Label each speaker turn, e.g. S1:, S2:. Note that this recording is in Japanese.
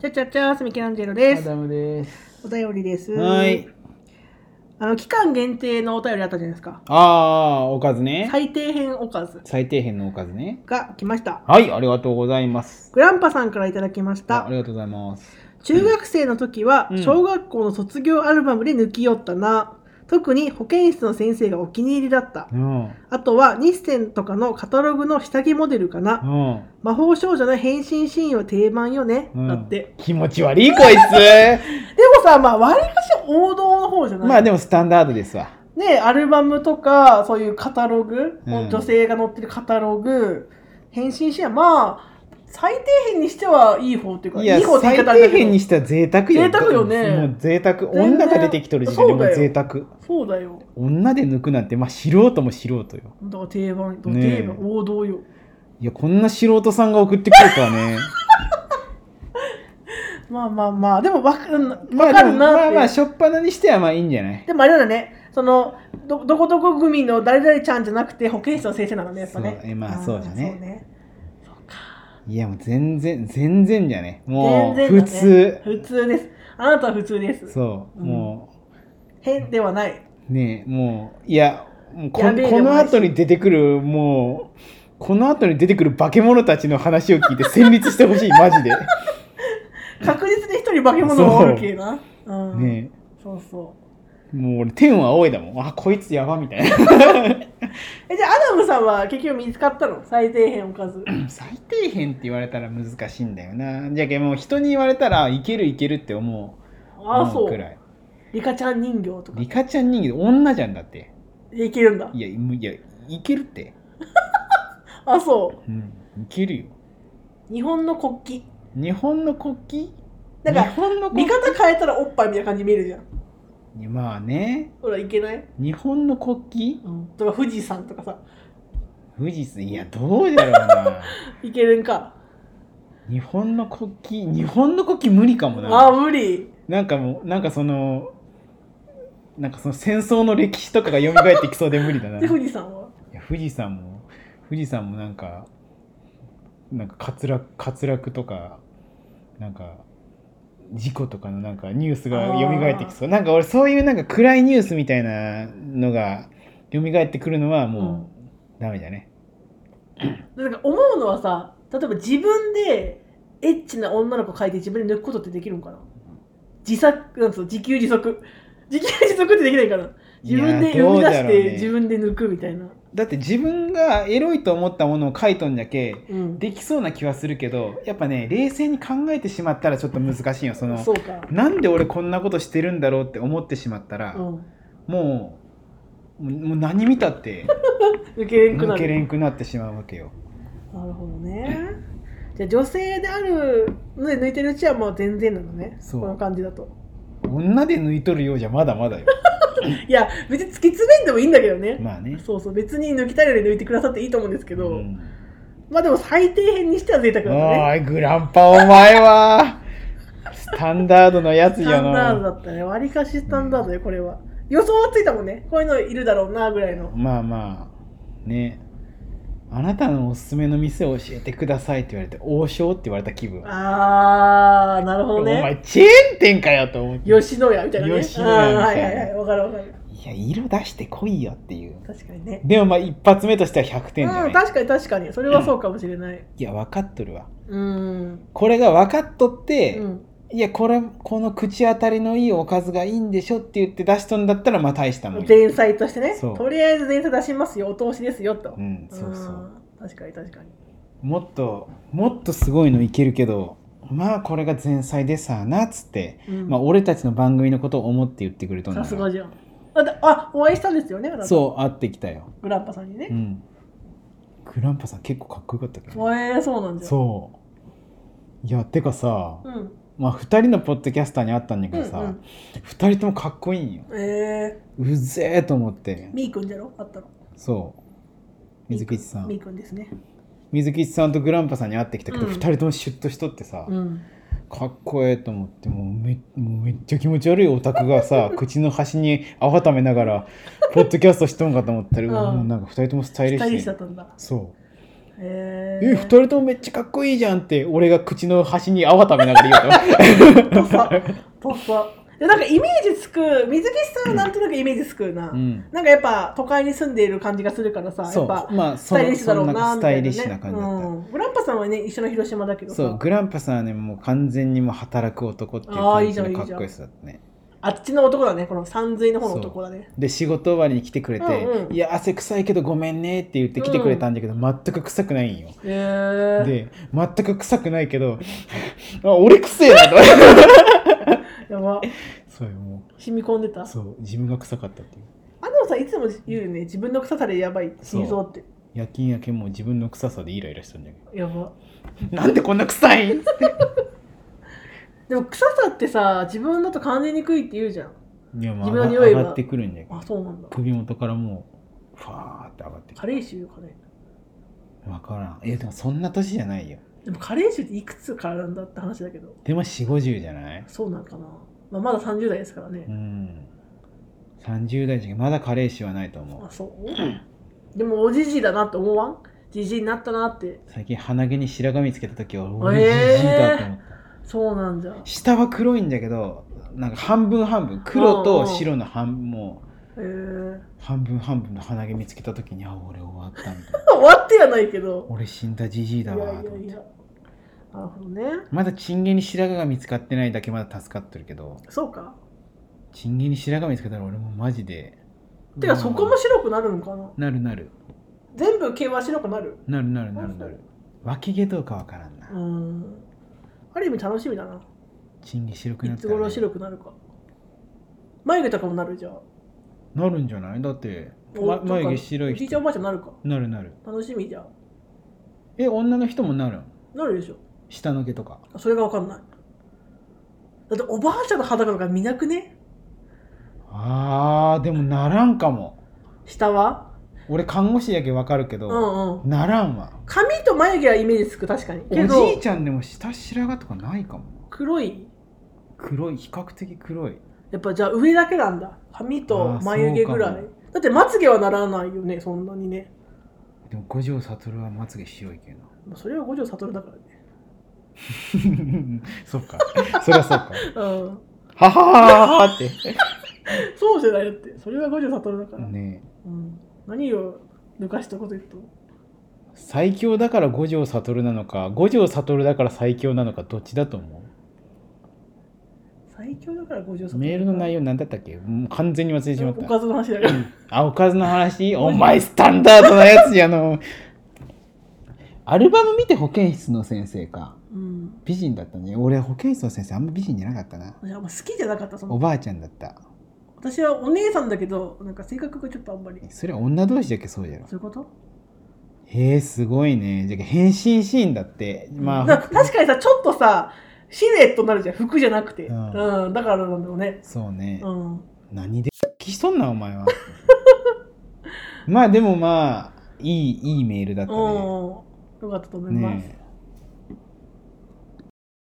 S1: ちゃちゃちゃすみきアンジェロで
S2: ア
S1: す。
S2: ダムです。
S1: お便りです。
S2: はい。
S1: あの期間限定のお便りあったじゃないですか。
S2: ああ、おかずね。
S1: 最低編おかず
S2: 最底辺のおかずね。
S1: が来ました。
S2: はい、ありがとうございます。
S1: グランパさんからいただきまし
S2: ああ
S1: た。
S2: りがとうございます。
S1: 中学生の時は
S2: うん
S1: 小学校の卒業アルバムで抜き寄ったな。特に保健室の先生がお気に入りだった
S2: う。ん。うん。
S1: あとは日銭とかのカタログの下着モデルかな。魔法少女の変身シーンは定番よね。
S2: うん
S1: だって。
S2: 気持ち悪い、こい つ。
S1: でもさ、まあ、わりかし王道の方じゃない
S2: まあ、でもスタンダードですわ。
S1: ね、アルバムとかそういうカタログ、
S2: うん
S1: 女性が載ってるカタログ返信シェアまあ最低限にしてはいい方っていうか
S2: いや、
S1: い方って言
S2: 最
S1: い方
S2: 底
S1: あれだけ
S2: 辺
S1: ど
S2: にしては贅沢よ。
S1: 贅沢よね
S2: もう贅沢。
S1: 然
S2: 女が出てきとる時点でも
S1: そうだ
S2: う
S1: よ
S2: 贅沢。
S1: そうだよ
S2: 女で抜くなんて、まあ、素人も素人よ。
S1: だから定番、
S2: ねえ
S1: 定番王道よ
S2: いや、こんな素人さんが送ってくるとはね。
S1: まあまあまあでもわかるな
S2: ま
S1: わ
S2: あ、
S1: か
S2: で
S1: る
S2: も
S1: なって、
S2: まあまあ、しょっぱなにしてはまあいいんじゃない
S1: でもあれだねそのどどこどこ組の誰々ちゃんじゃなくて保健室の先生なのねやっぱね
S2: そうえまあそうじゃね
S1: んそうね
S2: いやもう全然全然じゃねも
S1: 全然だ
S2: う普
S1: ね
S2: 通、
S1: 普通ですあなたは普通です
S2: そう、
S1: うん
S2: も
S1: 変ではないう
S2: ねえもういやもうこ
S1: やべえ
S2: こ
S1: でも
S2: の
S1: ないし
S2: 後に出てくるもうこの後に出てくる化け物たちの話を聞いて戦慄してほしいマジ で
S1: 確実に一人化け物がおるけなうん
S2: ね
S1: そうそう。
S2: えもう俺天を仰いだもんあこいつやばみたい
S1: え、じゃあ、アダムさんは結局見つかったの最低限おかず。
S2: な最底辺って言われたら難しいんだよなじゃけもう人に言われたらいけるいけるって思う
S1: ああ、
S2: 思
S1: そう
S2: く
S1: う。
S2: らい
S1: リカちゃん人形とか。
S2: リカちゃん人形女じゃんだって
S1: でいけるんだ。
S2: いやいやいけるって、
S1: あ、そ
S2: うん、いけるよ
S1: う。日本の国旗。
S2: 日本の国旗
S1: なんか
S2: 日本の国
S1: 見
S2: 旗
S1: 方変えたらおっぱいみたいな感じに見えるじゃん。
S2: まあね
S1: ほら、いけない
S2: 日本の国旗
S1: うん。とか、富士山とかさ。
S2: 富士山いやどうだろう な
S1: いけるんか。
S2: 日本の国旗日本の国旗無理かも
S1: ああ、
S2: な
S1: 無理。
S2: なんかもうなんかそのなんかその戦争の歴史とかが蘇ってきそうで無理だな
S1: で、
S2: い
S1: 富士山は。
S2: や富士山も富士山もなんかなんか滑落滑落とかなんか事故とかのなんかニュースが蘇ってきそうなんか俺そういうなんか暗いニュースみたいなのが蘇ってくるのはもうダメだね、
S1: でなんか思うのはさ、例えば自分でエッチな女の子描いて自分で抜くことってできるんかな自作、なんつうの、自給自足。自給自足ってできないかな。自分で
S2: いや
S1: 生み出
S2: どうだ
S1: し
S2: ろう
S1: て
S2: ね
S1: 自分で抜くみたいな。
S2: だって自分がエロいと思ったものを書いとんじゃけ
S1: うん、
S2: できそうな気はするけどやっぱね冷静に考えてしまったらちょっと難しいよその
S1: そうか。
S2: なんで俺こんなことしてるんだろうって思ってしまったら、
S1: うん。
S2: もうもう何見たって
S1: 抜けれんくな
S2: 抜け
S1: る。
S2: れんくなってしまうわけよ。
S1: なるほどね。じゃあ女性であるので抜いてるうちはもう全然なのね。
S2: そう
S1: この感じだと。
S2: 女で抜いとるようじゃまだまだよ。
S1: いや、別に突き詰めんでもいいんだけどね。
S2: まあね。
S1: そうそう、別に抜きたいより抜いてくださっていいと思うんですけど、
S2: うん
S1: まあでも最低限にしては贅沢だったね。
S2: おい、グランパお前はスタンダードのやつ
S1: ス
S2: じ
S1: タ
S2: ゃ
S1: ンダードだ
S2: な。
S1: ったね。割りかしスタンダードよ、これは。予想はついたもんね。こういうのいるだろうな、ぐらいの。
S2: まあまあ、ね。あなたのおすすめの店を教えてくださいって言われて、王将って言われた気分。
S1: あー、なるほ
S2: お
S1: どね。
S2: 前、チェーン店かよと思って。
S1: 吉野家みたいなね。
S2: 吉野家みたいな
S1: あーはいはいはい。わかるわかる。
S2: いや、色出してこいよっていう。
S1: 確かにね。
S2: でもまあ、一発目としては100点じゃ
S1: う、
S2: なんい。
S1: 確かに確かに。それはそうかもしれない。
S2: いや、分かっとるわ。
S1: うん。
S2: これが分かっとって、
S1: うん
S2: いやこれこの口当たりのいいおかずがいいんでしょって言って出しとんだったらまあ大したもんよ
S1: 前菜としてね。
S2: そう
S1: とりあえず前菜出しますよ、お通しですよと。。
S2: うんそうそうん
S1: 確かに確かに。
S2: もっともっとすごいのいけるけどまあこれが前菜でさあなっつって、
S1: うん
S2: まあ、俺たちの番組のことを思って言ってくれとんだ
S1: さ
S2: か
S1: す
S2: ら
S1: がじゃん。だってあお会いしたんですよね、あなた
S2: そう会ってきたよ
S1: グランパさんに
S2: う
S1: ね。
S2: んクランパさん結構かっこよかったけどね
S1: ええそうなんじゃん。
S2: そういやてかさ、
S1: うん。
S2: まあ、2人のポッドキャスターに会ったんだ
S1: う
S2: け
S1: んう
S2: どさ、
S1: ん。
S2: 2人ともかっこいいんよ
S1: ええ
S2: うぜえと思って
S1: みーくんじゃろあったの。
S2: そう水口さん
S1: みーくんですね。
S2: 水吉さんとグランパさんに会ってきたけど、
S1: うん
S2: 二2人ともシュッとしとってさ、
S1: ん。
S2: かっこええと思ってもうめもうめっちゃ気持ち悪いオタク がさ口の端に泡ためながらポッドキャストしとんかと思ったら、
S1: うん
S2: もうなんか2人ともスタイリ
S1: 二
S2: ッシ
S1: 人
S2: ュ
S1: しだったんだ。
S2: そう
S1: へ
S2: え二人ともめっちゃかっこいいじゃんって俺が口の端に泡食べながら 言う
S1: とっ
S2: と
S1: さとっさでなんかイメージつく水木さんはなんとなくイメージつくな、
S2: うん
S1: なんかやっぱ都会に住んでいる感じがするからさや
S2: そう
S1: っぱ
S2: まあ
S1: ス
S2: そ
S1: タイリッ
S2: の
S1: シュだ
S2: そ
S1: ろ
S2: ん
S1: う
S2: な
S1: な
S2: ス
S1: み
S2: タ
S1: たいな、ね、
S2: イリッシュな感じだった、
S1: うん、グランパさんはね一緒の広島だけどさ
S2: そうグランパさんはねもう完全にもう働く男っていう
S1: あーい
S2: 感
S1: いじ
S2: じ
S1: ゃんいいじ
S2: の
S1: ゃ
S2: か
S1: ん
S2: っこよさだったね
S1: あっちの男だねこの山水の方の男だね
S2: で仕事終わりに来てくれて「
S1: うんうん
S2: いや汗臭いけどごめんね」って言って来てくれたんだけど、全く臭くないんよ
S1: へえ
S2: で全く臭くないけど あ俺臭えなと
S1: やば
S2: そうよも
S1: 染み込んでた
S2: うそう自分が臭かったっていう
S1: あでもさいつも言うよね自分の臭さでやばい死にそうって
S2: 夜勤明けもう自分の臭さでイライラしたんだけ
S1: やば
S2: ど なんでこんな臭いん
S1: でも臭さってさ自分だと感じにくいって言うじゃん
S2: いやもう
S1: 自
S2: 上
S1: 分の
S2: が
S1: 匂いが
S2: 上がってくるんだけど
S1: あそうなんだ
S2: 首元からもうファーって上がってく
S1: 加
S2: る
S1: 齢臭かね
S2: 分からんいやでもそんな年じゃないよ
S1: でも加齢臭っていくつからなんだって話だけど
S2: でも4 5 0じゃない
S1: そうなんかな、まあ、まだ30代ですから
S2: う
S1: ね、
S2: ん30代じゃまだ加齢臭はないと思う
S1: あそうでもおじじいだなって思わんじじいになったなって
S2: 最近鼻毛に白髪つけた時は俺
S1: えー
S2: ジジイだと思った、
S1: そうなんじゃへ
S2: 下は黒いんだけどなんか半分半分黒と白の半もう
S1: えー、
S2: 半分半分の鼻毛見つけた時にあ俺終わったみたいな
S1: 終わってやないけど
S2: 俺死んだジジイ
S1: いや
S2: だ
S1: い
S2: わ
S1: や
S2: と思っ
S1: い
S2: て
S1: やなるほどね
S2: まだチンゲに白髪が見つかってないだけまだ助かってるけど
S1: そうか
S2: チンゲに白髪見つけたら俺もマジで
S1: てか
S2: うわ
S1: そこも白くなるのかな
S2: なるなる
S1: 全部毛は白くなる
S2: なるなるなるなる脇毛どうかわからんな、
S1: うんある意味楽しみだな
S2: チンゲ白くないった
S1: つ
S2: らね
S1: 頃白くなるか眉毛とかもなるじゃあ
S2: なるんじゃないだって、
S1: お
S2: ま
S1: とか
S2: 眉毛白い
S1: おじいちゃんお
S2: 人
S1: ばあちゃんなるか
S2: なるなる
S1: 楽しみじゃん
S2: え女の人もなるん
S1: なるでしょ
S2: 下の毛とか
S1: それがわかんないだっておばあちゃんの裸とか見なくね
S2: あーでもならんかも
S1: 下は
S2: 俺看護師やけわかるけ
S1: う
S2: ど、
S1: んうん
S2: ならんわ
S1: 髪と眉毛はイメージつく確かに
S2: お
S1: け
S2: じい
S1: ど
S2: ちゃんでも下白髪とかないかも
S1: 黒い
S2: 黒い比較的黒い
S1: やっぱじゃあ上だけなんだ髪と眉毛ぐら
S2: あ
S1: い
S2: ーそうか
S1: だってまつげはならないよねそんなにね
S2: でも五条悟はまつげ白いけど
S1: まあそれは五条悟だからね
S2: なそっかそりゃそうか
S1: うん
S2: ははははって
S1: そうじゃないだってそれは五条悟だから、
S2: ねえ
S1: うん、何を抜かしたこと言うと
S2: 最強だから五条悟なのか五条悟だから最強なのかどっちだと思
S1: 最強だから五条
S2: う
S1: 悟
S2: メールの内容何だったっけもう完全に忘れてしまっ
S1: お
S2: た
S1: かずの話だから
S2: あおかずの話お前スタンダードなやつやのアルバム見て保健室の先生か
S1: うん
S2: 美人だったね俺保健室の先生あんま美人じゃなかったない
S1: やまあ好きじゃなかったそ
S2: お
S1: の
S2: ばあちゃんだった
S1: 私はお姉さんだけどなんか性格がちょっとあんまり
S2: それは女同士だけそうじゃろ
S1: そういうこと
S2: へえすごいねじゃあ変身シーンだってま
S1: な
S2: あ
S1: 確かにさちょっとさシルエットになるじゃん服じゃなくて、
S2: う
S1: うんんだからなんだろうね、
S2: そうね、
S1: うん、
S2: 何できしとんな お前はまあでもまあいいいいメールだった
S1: うん
S2: ね
S1: よかったと思います、
S2: ねえ